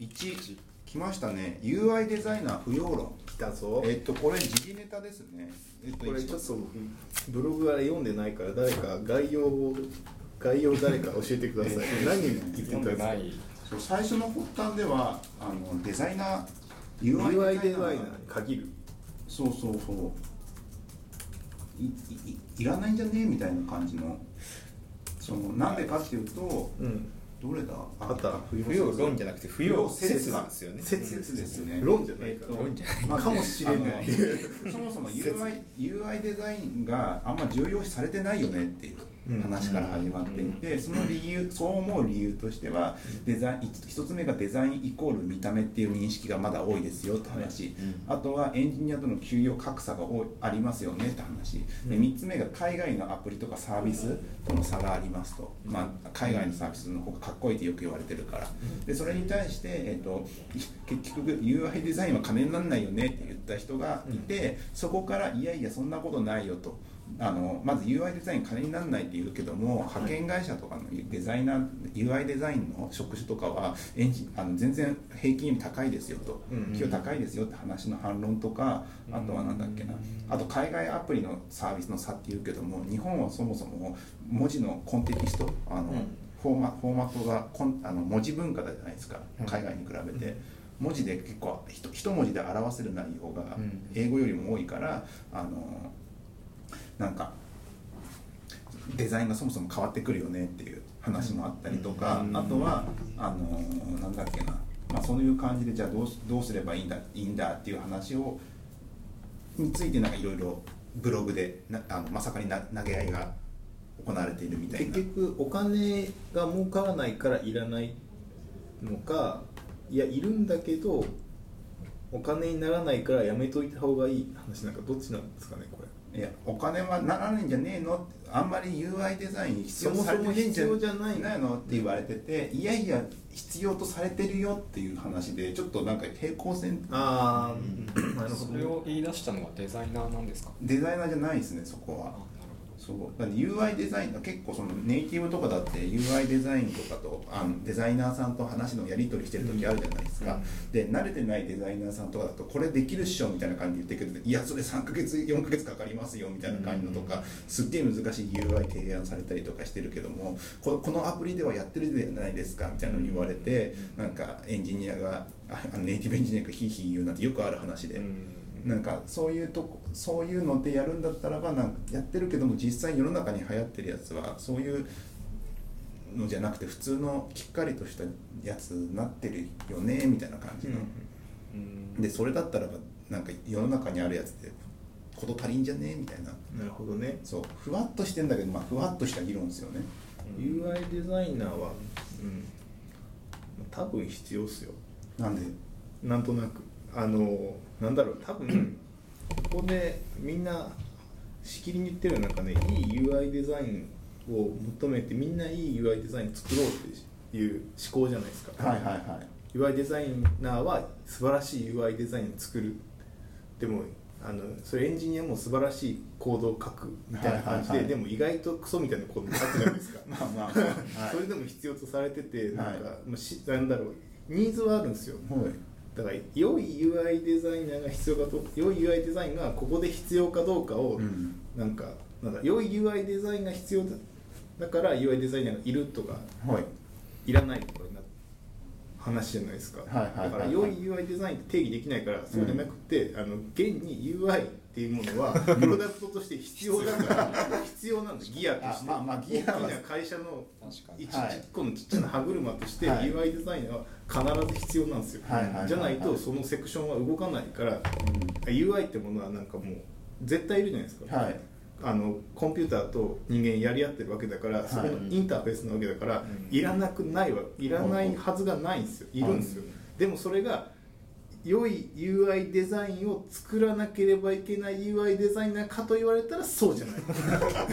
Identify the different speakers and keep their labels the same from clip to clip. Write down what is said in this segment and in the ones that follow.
Speaker 1: 1来ましたね UI デザイナー不要論
Speaker 2: 来たぞ
Speaker 1: えっとこれ時事ネタですねえっと
Speaker 2: これ
Speaker 1: 一
Speaker 2: ちょ
Speaker 1: 番
Speaker 2: っとブログは読んでないから誰か概要を概要誰か教えてください 何言ってた
Speaker 3: 読
Speaker 2: ん
Speaker 3: ん
Speaker 2: で
Speaker 3: です
Speaker 2: か
Speaker 3: ない
Speaker 1: そう最初の発端ではあのデザイナー
Speaker 2: UI デザイナーに限る
Speaker 1: そうそうそういいいいらないんじゃねえみたいな感じのそのなんでかっていうと
Speaker 2: うん
Speaker 1: どれだ
Speaker 2: あった
Speaker 3: 不要論じゃなくて不要説
Speaker 1: な
Speaker 3: なん
Speaker 1: ん
Speaker 3: ですよね
Speaker 2: 説
Speaker 1: 説ですね
Speaker 2: 論じゃないか
Speaker 1: え
Speaker 2: ら
Speaker 1: っと
Speaker 3: 論じゃない
Speaker 1: まあ
Speaker 2: かもしれない
Speaker 1: あのそもそも UI, UI デザインがあんま重要視されてないよねっていう話から始まっていて、その理由そう思う理由としてはデザイン一一つ目がデザインイコール見た目っていう認識がまだ多いですよって話、あとはエンジニアとの給与格差が多いありますよねって話で3つ目が海外のアプリとかサービスとの差がありますと、まあ、海外のサービスの方がかっこいいってよく言われてるからでそれに対して、えっと結局 UI デザインは金にならないよねって言った人がいて、そこからいやいやそんなことないよと。あのまず UI デザイン金にならないって言うけども派遣会社とかのデザイナー UI デザインの職種とかはエンジンあの全然平均より高いですよと、
Speaker 2: うんうん
Speaker 1: 給与高いですよって話の反論とかあとはなんだっけなあと海外アプリのサービスの差っていうけども日本はそもそも文字のコンテキストあの、
Speaker 2: うん
Speaker 1: フォーマフォーマットがコンあの文字文化じゃないですか海外に比べて。文字で結構ひと一文字で表せる内容が
Speaker 3: うん
Speaker 1: 英語よりも多いから、あのなんかデザインがそもそも変わってくるよねっていう話もあったりとか、
Speaker 2: うん
Speaker 1: あとはあのーなんだっけな、まあ、そういう感じでじゃあどうすどうすればいいんだいいんだっていう話をについてなんかいろいろブログでなあのまさかにな投げ合いが行われているみたい
Speaker 2: 結
Speaker 1: な。
Speaker 2: 局お金が儲からないからいらないのかいやいるんだけどお金にならないからやめといた方がいい話なんかどっちなんですかねこれ
Speaker 1: いやお金はならないんじゃねえのってあんまり UI デザインに必要とされてねえん
Speaker 2: そもそも必要じゃない
Speaker 1: ないのって言われてていやいや必要とされてるよっていう話でちょっとなんか平行線
Speaker 2: ああ、なる
Speaker 3: そ
Speaker 2: ほ
Speaker 3: れ
Speaker 2: ど
Speaker 3: を言い出したのはデザイナーなんですか
Speaker 1: デザイナーじゃないですねそこ
Speaker 3: あな
Speaker 1: は
Speaker 3: る
Speaker 1: そうだって UI デザインが結構そのネイティブとかだって UI デザインとかとあのデザイナーさんと話のやり取りしてる時あるじゃないですか、で慣れてないデザイナーさんとかだとこれできるっしょみたいな感じで言ってくるいやそれ3ヶ月4ヶ月かかりますよみたいな感じのとか、すっげえ難しい UI 提案されたりとかしてるけどもここのアプリではやってるじゃないですかみたいなの言われてなんかエンジニアがああのネイティブエンジニアがヒーヒー言うなんてよくある話で。
Speaker 3: ほど
Speaker 1: なんかそういうとこそういうのでやるんだったらばなんかやってるけども実際世の中に流行ってるやつはそういうのじゃなくて普通のきっかりとしたやつになってるよねみたいな感じの、
Speaker 3: うん
Speaker 1: でそれだったらばなんか世の中にあるやつで事足りんじゃねみたいな
Speaker 2: なるほどね
Speaker 1: そうふわっとしてんだけど、まあ、ふわっとした議論ですよね
Speaker 2: UI デザイナーは、うん、多分必要っすよ
Speaker 1: なんで
Speaker 2: なんとなくあのなんだろう 多分ここでみんなしきりに言ってる中でいい UI デザインを求めてみんないい UI デザイン作ろうっていう思考じゃないですか、
Speaker 1: はいはいはい
Speaker 2: UI デザイナーは素晴らしい UI デザインを作るでもあのそれエンジニアも素晴らしいコードを書くみたいな
Speaker 1: は
Speaker 2: 感じで、
Speaker 1: いはいはい
Speaker 2: でも意外とクソみたいなコードを書くじゃないですか
Speaker 1: まあまあ、まあ、はい
Speaker 2: それでも必要とされててなんか、
Speaker 1: は
Speaker 2: もうしなんだろうニーズはあるんですよ
Speaker 1: はい
Speaker 2: だから良い UI デザイナーが必要かと良い UI デザインがここで必要かどうかを、
Speaker 1: うん
Speaker 2: なんかなんだ良い UI デザインが必要だだから UI デザイナーがいるとか
Speaker 1: はい
Speaker 2: いらないとかにな話じゃないですか、
Speaker 1: はいはいはいはい
Speaker 2: だから良い UI デザインって定義できないからそうじゃなくて、あの現に UI っていうものはプロダクトとして必要だから必要なんだギアとして
Speaker 1: あまあまあギアは
Speaker 2: 大きな会社の
Speaker 3: 確かに
Speaker 2: 一ち
Speaker 1: はい
Speaker 2: っこのちっちゃな歯車として
Speaker 1: はい
Speaker 2: UI デザインは必ず必要なんですよ、
Speaker 1: はいはいはいはい
Speaker 2: じゃないとそのセクションは動かないから、UI ってものはなんかもう絶対いるじゃないですか、
Speaker 1: はい
Speaker 2: あのコンピューターと人間やり合ってるわけだから、
Speaker 1: い
Speaker 2: そこのインターフェースなわけだか
Speaker 3: う
Speaker 2: ら、
Speaker 3: ん
Speaker 2: いらなくないわいらないはずがないんですよいるんですよ、でもそれが良い UI デザインを作らなければいけない UI デザイナーかと言われたらそうじゃない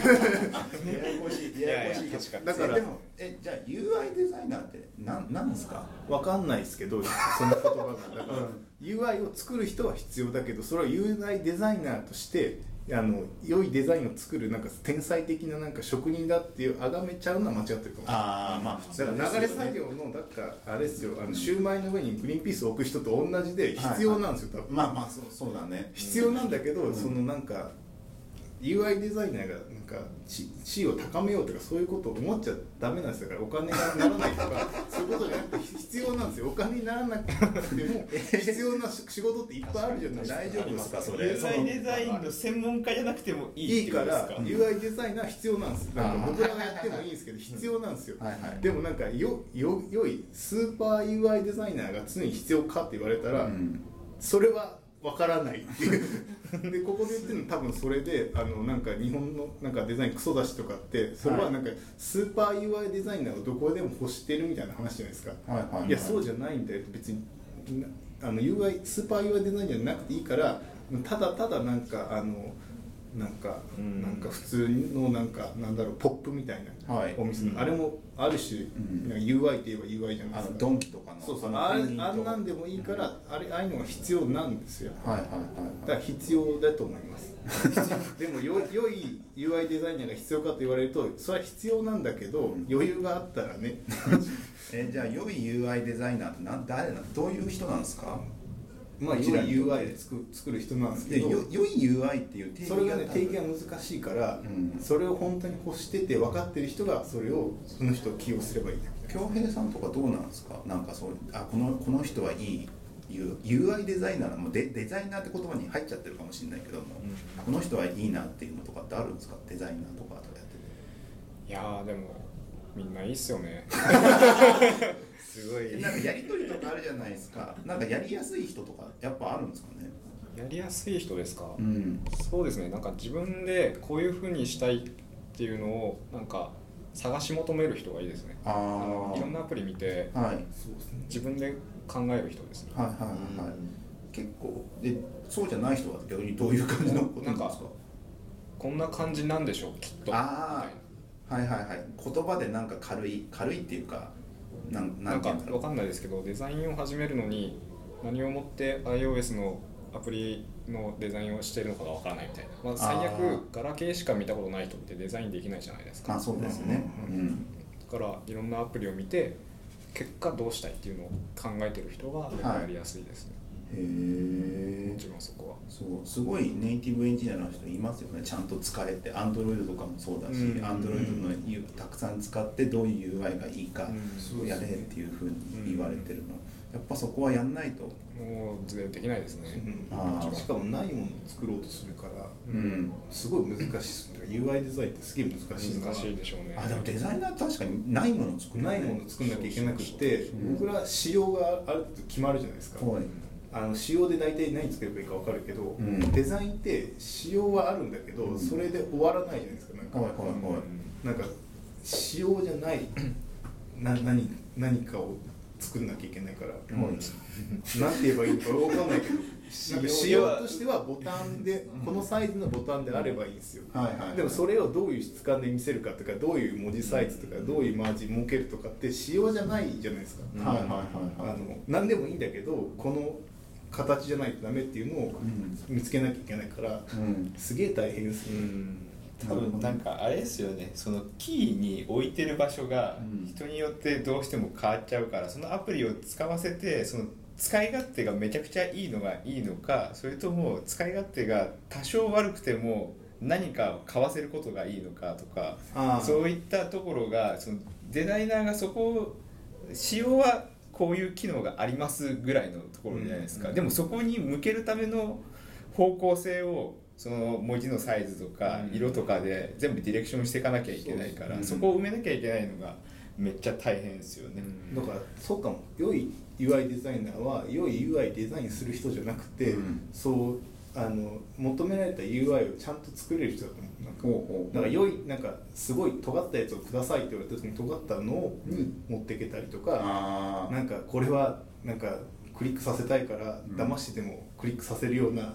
Speaker 3: やや
Speaker 1: ややこしい
Speaker 3: こしいいやいや確かに
Speaker 1: だから
Speaker 2: で
Speaker 1: で
Speaker 2: も
Speaker 1: もえじゃあ UI デザイナーってなんなんですか
Speaker 2: わかんないですけどその言葉がだから UI を作る人は必要だけどそれを UI デザイナーとしてあの良いデザインを作るなんか天才的ななんか職人だっていう崇めちゃうのは間違ってるかもしれない
Speaker 1: ああまあ普
Speaker 2: だから流れ作業のだからあれですよあのシューマイの上にグリーンピースを置く人と同じで必要なんですよ多分
Speaker 1: まあまあそうそうだね
Speaker 2: 必要なんだけど、そのなんか UI デザイナーがなんか地地位を高めようとかそういうことを思っちゃダメなんですよだからお金がならないとかそういうことじゃなくて必要なんですよお金にならなくても必要な仕事っていっぱいあるじゃないですか
Speaker 1: 大丈夫ですかそれ
Speaker 4: UI デザインの専門家じゃなくてもいい
Speaker 2: いいから
Speaker 4: ってことです
Speaker 2: UI デザイナー必要なんですなんか僕らがやってもいいんですけど必要なんですよ
Speaker 1: はいはい
Speaker 2: でもなんかよよ良いスーパー UI デザイナーが常に必要かって言われたら、
Speaker 1: うん
Speaker 2: それはわからないっていう でここで言ってるの多分それであのなんか日本のなんかデザインクソ出しとかってそれはなんかスーパー UI デザイナーをどこでも欲してるみたいな話じゃないですか、
Speaker 1: はいはいはい
Speaker 2: やそうじゃないんだよ別になあの UI スーパー UI デザインじゃなくていいからただただなんかあのなんか、
Speaker 3: うん
Speaker 2: なんか普通のなんかなんだろうポップみたいな、
Speaker 1: はい
Speaker 2: お店の、
Speaker 3: うん
Speaker 2: あれもある種、
Speaker 1: ん
Speaker 2: なんか UI って言えば UI じゃない
Speaker 1: あ
Speaker 2: で
Speaker 1: の
Speaker 2: すか
Speaker 1: ドンキとかの
Speaker 2: そうそう
Speaker 1: あの
Speaker 2: あれ
Speaker 1: ペンギンと
Speaker 2: あんなんでもいいから、あれああいうのが必要なんですよ
Speaker 1: はいはい
Speaker 2: だ
Speaker 1: はい
Speaker 2: か
Speaker 1: はい
Speaker 2: ら必要だと思います でもよ良い UI デザイナーが必要かと言われるとそれは必要なんだけど、
Speaker 1: ん
Speaker 2: 余裕があった らね
Speaker 1: えじゃあ良い UI デザイナーってな誰などういう人なんですか
Speaker 2: まあ
Speaker 1: う
Speaker 2: 良い
Speaker 1: ちらにとって
Speaker 2: UI で作作る人なんですけ
Speaker 1: で
Speaker 2: ど
Speaker 1: よ良い UI っていう定義
Speaker 2: それがね
Speaker 1: 多分
Speaker 2: 定義が難しいから、
Speaker 1: うん
Speaker 2: それを本当に欲してて分かってる人がそれをその人を起用すればいいだけ
Speaker 1: 恭平さんとかどうなんですかなんかそうあこのこの人はいい U- UI デザイナーもうデデザイナーって言葉に入っちゃってるかもしれないけども、
Speaker 3: う
Speaker 1: この人はいいなっていうのとかってあるんですかデザイナーとかとかやっ
Speaker 3: いやーでもみんないいっすよ ねすご
Speaker 1: て
Speaker 3: い
Speaker 1: て
Speaker 3: や
Speaker 1: なんかやり取りとかあるじゃないですかなんかやりやすい人とかやっぱあるんですかね
Speaker 3: りやすい人ですか、
Speaker 1: ん
Speaker 3: そうですねなんか自分でこういうふうにしたいっていうのをなんか探し求める人がいいですね
Speaker 1: ああ
Speaker 3: あのいろん
Speaker 1: は
Speaker 3: なアプリ見て
Speaker 1: いはいはい
Speaker 2: そうですね
Speaker 3: 自分で考える人ですね
Speaker 1: はいはい、結構でそうじゃない人は逆にどういう感じのことなんですか
Speaker 3: なんかこんな感じなんでしょうきっと
Speaker 1: あ
Speaker 3: みたい
Speaker 1: あはいはいはい言葉でなんか軽い軽いっていうかなん
Speaker 3: なな
Speaker 1: な
Speaker 3: んん
Speaker 1: て
Speaker 3: か
Speaker 1: いうんだろ
Speaker 3: わ
Speaker 1: う
Speaker 3: かんないですけどデザインを始めるのに何をもって iOS のアプリのデザインをしてるのかがわからないみたいな、まあ、最
Speaker 1: あ
Speaker 3: 悪
Speaker 1: ー
Speaker 3: ガラケーしか見たことない人ってデザインできないじゃないですか、
Speaker 1: まあそうですね
Speaker 2: う
Speaker 1: うんん
Speaker 3: だからいろんなアプリを見て結果どうしたいっていうのを考えてる人が
Speaker 1: い
Speaker 3: やりやすいですね、
Speaker 1: へえ
Speaker 3: もちろんそこは
Speaker 1: そうすごいネイティブエンジニアの人いますよねちゃんと使えてアンドロイドとかもそうだし
Speaker 3: うん
Speaker 1: アンドロイドの U- たくさん使ってどういう UI がいいか
Speaker 2: そう
Speaker 1: やれっていうふうに言われてるのやっぱそこはやんないと
Speaker 3: もうずれできないですね、
Speaker 1: あー
Speaker 2: しかもないものを作ろうとするから
Speaker 1: うん
Speaker 2: すごい難しいですね UI デザインってすげえ難しい
Speaker 3: 難しい
Speaker 2: い
Speaker 3: でしょうね
Speaker 1: あでもデザイナーって確かにないもの作るよ
Speaker 2: な
Speaker 1: ね
Speaker 2: いものを作んなきゃいけなくて
Speaker 1: う
Speaker 2: 僕ら仕様がある程度決まるじゃないですか
Speaker 1: はい
Speaker 2: あの仕様で大体何作ればいいか分かるけど、
Speaker 1: ん
Speaker 2: デザインって仕様はあるんだけど、
Speaker 1: うん
Speaker 2: それで終わらないじゃないですかなんか
Speaker 1: はいはいは
Speaker 2: なんか仕様じゃないな何何かを作んなきゃいけないから、
Speaker 1: いはい
Speaker 2: なんて言えばいいのか分か んないけどなんか仕
Speaker 4: 仕様は
Speaker 2: 様としてはボタンでこのサイズのボタンであればいいんですよ、
Speaker 1: はいはい
Speaker 2: でもそれをどういう質感で見せるかとかどういう文字サイズとかどういうマージン設けるとかって仕様じゃないじゃないですか、
Speaker 1: はいはいはいはい
Speaker 2: あの何でもいいんだけどこの形じゃないとダメっていうのを
Speaker 1: うん
Speaker 2: 見つけなきゃいけないから、
Speaker 1: うん
Speaker 2: すげえ大変です
Speaker 3: う
Speaker 2: ね、
Speaker 3: ん
Speaker 4: 多分なんかあれですよねそのキーに置いてる場所が
Speaker 1: うん
Speaker 4: 人によってどうしても変わっちゃうからそのアプリを使わせてその使い勝手がめちゃくちゃいいのがいいのかそれとも使い勝手が多少悪くても何か買わせることがいいのかとか
Speaker 2: ああ
Speaker 4: そういったところがそのデザイナーがそこを仕様はこういう機能がありますぐらいのところじゃないですか、
Speaker 2: うん
Speaker 4: でもそこに向けるための方向性をその文字のサイズとか
Speaker 3: うん
Speaker 4: 色とかで全部ディレクションしていかなきゃいけないから、
Speaker 3: そうです
Speaker 4: そ
Speaker 3: ね
Speaker 4: こを埋めなきゃいけないのがめっちゃ大変ですよね、
Speaker 2: だからそうかも良い UI デザイナーは良い UI デザインする人じゃなくて、
Speaker 1: うん
Speaker 2: そうあの求められた UI をちゃんと作れる人だと思うなんか
Speaker 1: ほうほう
Speaker 2: だから良いなんかすごい尖ったやつをくださいって言われた時に尖ったのを持っていけたりとか、
Speaker 1: あ
Speaker 2: なんかこれはなんかクリックさせたいから
Speaker 1: うん
Speaker 2: 騙してでもクリックさせるような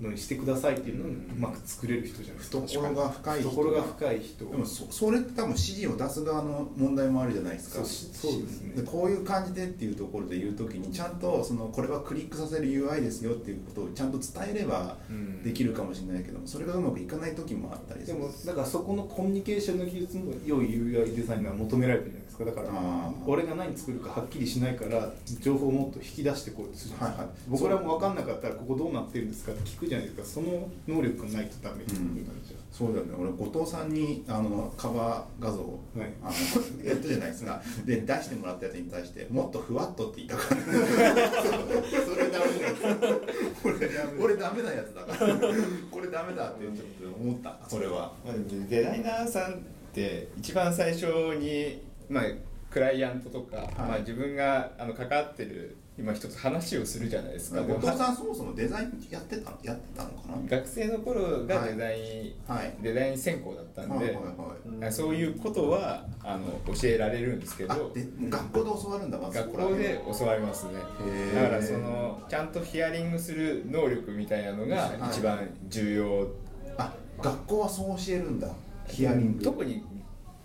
Speaker 2: のにしてくださいっていうのをうまく作れる人じゃないですか
Speaker 1: 懐が深い人
Speaker 2: 懐が深い人
Speaker 1: でもそそれって多分指示を出す側の問題もあるじゃないですか
Speaker 2: そうしそうですね
Speaker 1: でこういう感じでっていうところで言うときにちゃんとそのこれはクリックさせる UI ですよっていうことをちゃんと伝えれば
Speaker 3: うん
Speaker 1: できるかもしれないけどもそれがうまくいかない時もあったりす
Speaker 2: で
Speaker 1: る
Speaker 2: もだからそこのコミュニケーションの技術も良い UI デザイナーは求められてるじゃないですかだから
Speaker 1: あー
Speaker 2: 俺が何作るかはっきりしないから情報をもっと引き出してこうってするじゃないですか
Speaker 1: はいはい
Speaker 2: 僕らも分かんなかったらここどうなってるんですかって聞くじゃないですかその能力がないとダメっていう感じじゃ、
Speaker 1: そうだよね俺後藤さんにあのカバー画像を、
Speaker 2: はい
Speaker 1: あのやったじゃないですかで出してもらったやつに対してもっとふわっとって言ったからそれダメだよ俺俺ダメなやつだからこれダメだってちょっと思ったそれは
Speaker 4: まあでもデザイナーさんって一番最初に、まあ、クライアントとか、まあ、自分があの関わってる今一つ話をするじゃないですか。
Speaker 1: 後藤
Speaker 4: で
Speaker 1: さんそもそもデザインやってたのやってたのかな
Speaker 4: 学生の頃がデザイン、
Speaker 1: はい
Speaker 4: デザイン専攻だったんで、
Speaker 1: はいはい
Speaker 4: あそういうことはあの教えられるんですけ
Speaker 1: あ
Speaker 4: ど
Speaker 1: でもう学校で教わるんだまず
Speaker 4: 学校で教わりますね
Speaker 1: へー
Speaker 4: だからそのちゃんとヒアリングする能力みたいなのが
Speaker 1: はい
Speaker 4: 一番重要
Speaker 1: あ学校はそう教えるんだヒアリング
Speaker 4: 特に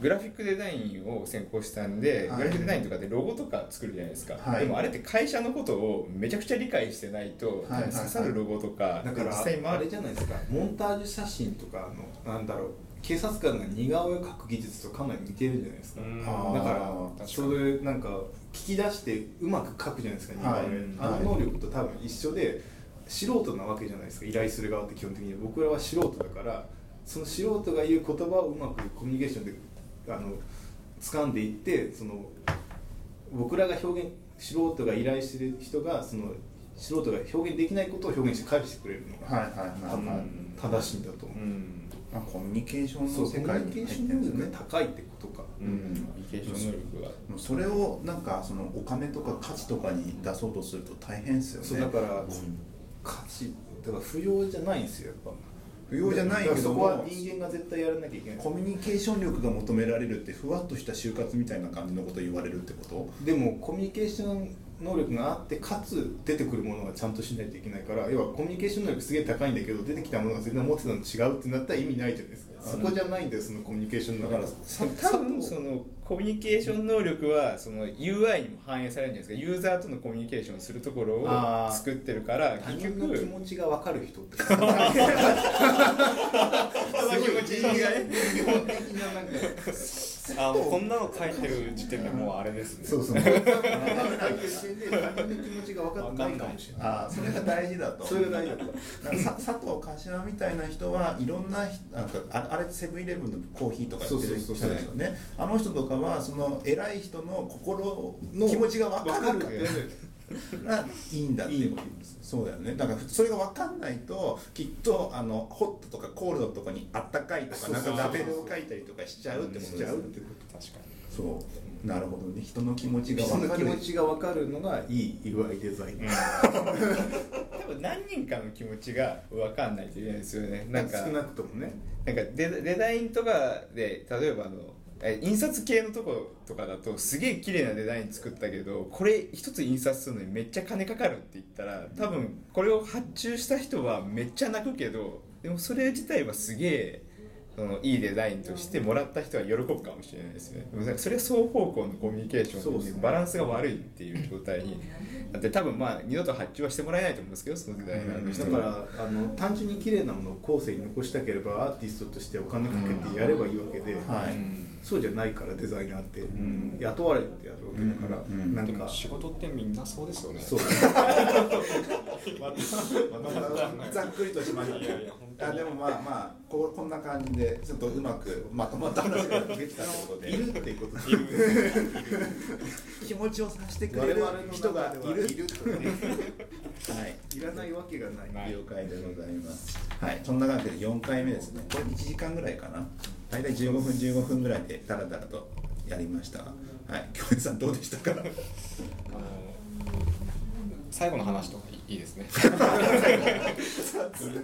Speaker 4: グラフィックデザインを専攻したんで、
Speaker 1: はい
Speaker 4: グラフィックデザインとかってロゴとか作るじゃないですか、
Speaker 1: はい
Speaker 4: でもあれって会社のことをめちゃくちゃ理解してないと、
Speaker 1: はい
Speaker 4: 刺さるロゴとか、
Speaker 2: だか
Speaker 4: 実際に
Speaker 2: らあ
Speaker 4: 回
Speaker 2: れ
Speaker 4: る
Speaker 2: じゃないですかモンタージュ写真とかのなんだろう警察官が似顔絵を描く技術とかなり似てるじゃないですか
Speaker 3: うん
Speaker 2: だ
Speaker 1: あー
Speaker 2: から
Speaker 3: 確か
Speaker 2: それなんか聞き出してうまく描くじゃないですか似顔絵、
Speaker 1: はい
Speaker 2: あの能力と多分一緒で素人なわけじゃないですか依頼する側って基本的に僕らは素人だからその素人が言う言葉をうまくコミュニケーションであの掴んでいってその僕らが表現素人が依頼してる人がその素人が表現できないことを表現して返してくれるのが、
Speaker 1: はいはいはい
Speaker 2: 多
Speaker 1: はい、
Speaker 2: 分正しいんだと思う、
Speaker 4: うん
Speaker 1: まあ、コミュニケーション
Speaker 2: そ
Speaker 1: の
Speaker 2: う
Speaker 1: 世
Speaker 2: 世
Speaker 1: 界
Speaker 2: 界
Speaker 1: に
Speaker 2: に
Speaker 1: 入っ
Speaker 2: 入ってて
Speaker 1: るん
Speaker 2: ん
Speaker 1: で
Speaker 2: ですす
Speaker 1: よ
Speaker 2: ね
Speaker 1: ね
Speaker 2: 高いってことか、
Speaker 4: うんんコミュニケーション能力が
Speaker 1: もうそれをなんかそのお金とか価値とかに出そうとすると大変ですよね
Speaker 2: そうだから
Speaker 1: うん
Speaker 2: 価値だから不要じゃないんですよやっぱ
Speaker 1: 不要じゃないけど
Speaker 2: そこ
Speaker 1: も
Speaker 2: は人間が絶対やらなきゃいけない
Speaker 1: コミュニケーション力が求められるってふわっとした就活みたいな感じのこと言われるってこと
Speaker 2: でもコミュニケーション能力があってかつ出てくるものがちゃんとしないといけないから要はコミュニケーション能力すげえ高いんだけど出てきたものが全然思ってたのと違うってなったら意味ないじゃないですかそこじゃないんだよそのコミュニケーション能
Speaker 1: だか
Speaker 2: 力
Speaker 1: ら
Speaker 4: 多分そのコミュニケーション能力はその UI にも反映されるんじゃないですかユーザーとのコミュニケーションをするところ
Speaker 2: あ
Speaker 4: を
Speaker 2: ー
Speaker 4: 作ってるから
Speaker 2: 他
Speaker 4: 結
Speaker 2: 人の気
Speaker 4: 局
Speaker 2: 持ちが分かる人って
Speaker 4: 人の気持ちがね
Speaker 2: 基本的ななんか
Speaker 3: あもうこんなの書いてる時点でもうあれですね
Speaker 2: そうそう。他人の気持ちが分かってないかもしれない。
Speaker 1: ああそれが大事だと
Speaker 2: それが大事だった。
Speaker 1: なんかさ佐藤柏みたいな人はいろんなひなんかああれセブンイレブンのコーヒーとかやってる人
Speaker 2: そう
Speaker 1: で
Speaker 2: そうそう
Speaker 1: すよねあの人とかはその偉い人の心の気持ちが分かるっていうがいいんだっていうことですそうだよねだからそれが分かんないときっとあのホットとかコールドとかにあったかいとか
Speaker 2: そう
Speaker 1: な
Speaker 2: そ
Speaker 1: ん
Speaker 2: う
Speaker 1: か
Speaker 2: そう
Speaker 1: ラベルを書いたりとかしちゃうってこと
Speaker 2: し
Speaker 1: で
Speaker 2: ち
Speaker 1: す
Speaker 2: ゃ
Speaker 1: よ
Speaker 2: うっ
Speaker 1: ね
Speaker 2: てこ
Speaker 3: 確かに
Speaker 1: そうなるほどね人の気持ち
Speaker 2: と。
Speaker 1: が
Speaker 2: 人
Speaker 1: 分
Speaker 2: の
Speaker 1: か
Speaker 2: 気
Speaker 1: る
Speaker 2: 持ちが分かるのがいい UI デザイン。
Speaker 4: 多分何人かの気持ちが分かんないといけないですよねなんか
Speaker 2: 少なくともね。
Speaker 4: なんかデデザインとかで例えばあのえ印刷系のとことかだとすげえ綺麗なデザイン作ったけどこれ一つ印刷するのにめっちゃ金かかるって言ったら多分これを発注した人はめっちゃ泣くけどでもそれ自体はすげえそのいいデザインとしてもらった人は喜ぶかもしれないですねでもなんかそれは双方向のコミュニケーション
Speaker 2: そう
Speaker 4: の
Speaker 2: ですね
Speaker 4: バランスが悪いっていう状態にだって多分まあ二度と発注はしてもらえないと思うんですけどそのデザイナーの人
Speaker 2: だ
Speaker 4: は
Speaker 2: からあの単純に綺麗なものを後世に残したければアーティストとしてお金かけてやればいいわけで、
Speaker 1: はい
Speaker 2: そうじゃないからデザイナーって、
Speaker 1: ん
Speaker 2: 雇われてやるわけだから、
Speaker 1: うんうん
Speaker 2: なん
Speaker 3: で
Speaker 2: か
Speaker 3: も仕事ってみんなそうですよね
Speaker 2: そう。
Speaker 1: ざっくりとしました
Speaker 3: いやいや本当に
Speaker 1: あでもまあまあこうこんな感じでちょっとうまくまとまった話ができたということで
Speaker 2: いるっていうことです。
Speaker 1: 気持ちをさせてく
Speaker 2: 我
Speaker 1: れる
Speaker 2: 々の
Speaker 1: 人
Speaker 2: 人
Speaker 1: が
Speaker 2: が
Speaker 1: い
Speaker 2: い
Speaker 1: る
Speaker 2: る。
Speaker 1: はい
Speaker 2: いらないわけがない。
Speaker 1: 了解でございます。はい、そんな感じで4回目ですね。これ1時間ぐらいかな。大体15分15分ぐらいでダラダラとやりました。はい、京平さんどうでしたか。
Speaker 3: あの最後の話とかいいいいですね
Speaker 2: いる
Speaker 3: い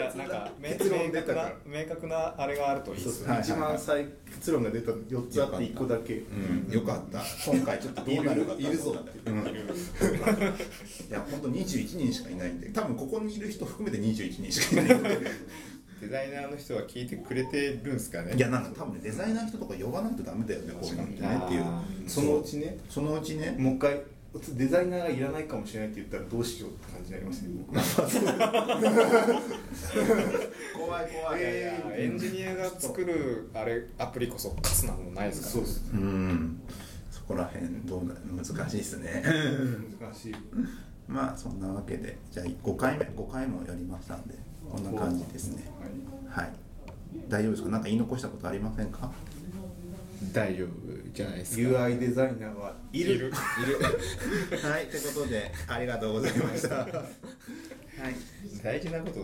Speaker 3: やなんか明
Speaker 2: 結論出
Speaker 3: 確
Speaker 2: たか
Speaker 3: な
Speaker 2: ら
Speaker 3: 明確なあれがあるといい
Speaker 2: そ
Speaker 3: で
Speaker 2: う
Speaker 3: す
Speaker 2: そ
Speaker 3: ね
Speaker 2: う、
Speaker 1: はいはいはい
Speaker 2: 一番最結論が出たの4つあって1個だけ
Speaker 1: うん、よかった今回ちょっとどうなるかと思ったんだけどうんいや本当21人しかいないんで多分ここにいる人含めて21人しかいないんで
Speaker 4: デザイナーの人は聞いてくれてるんですかね
Speaker 1: いやなんか多分ねデザイナーの人とか呼ばないとダメだよねこういうのってねっていう
Speaker 3: あ
Speaker 1: そ
Speaker 2: そ
Speaker 1: の
Speaker 2: の
Speaker 1: う
Speaker 2: う
Speaker 1: ち
Speaker 2: ちね
Speaker 1: そのうちね
Speaker 2: もう一回デザイナーがいらないかもしれないって言ったらどうしようって感じになりますね僕
Speaker 1: 怖い 怖
Speaker 2: い
Speaker 3: いやいやエンジニアが作るあれアプリこそカスなものないです
Speaker 2: そ
Speaker 3: から、
Speaker 2: うで
Speaker 3: ね、
Speaker 2: す
Speaker 1: うんそこら辺どうな難しいですね
Speaker 2: 難しい
Speaker 1: まあそんなわけでじゃあ5回目5回もやりましたんでこんな感じですねはい大丈夫ですか何か言い残したことありませんか
Speaker 4: 大丈夫じゃないですか
Speaker 2: UI デザイナーはいる
Speaker 3: いる
Speaker 1: はいということでありがとうございましたはい
Speaker 4: 大事なこと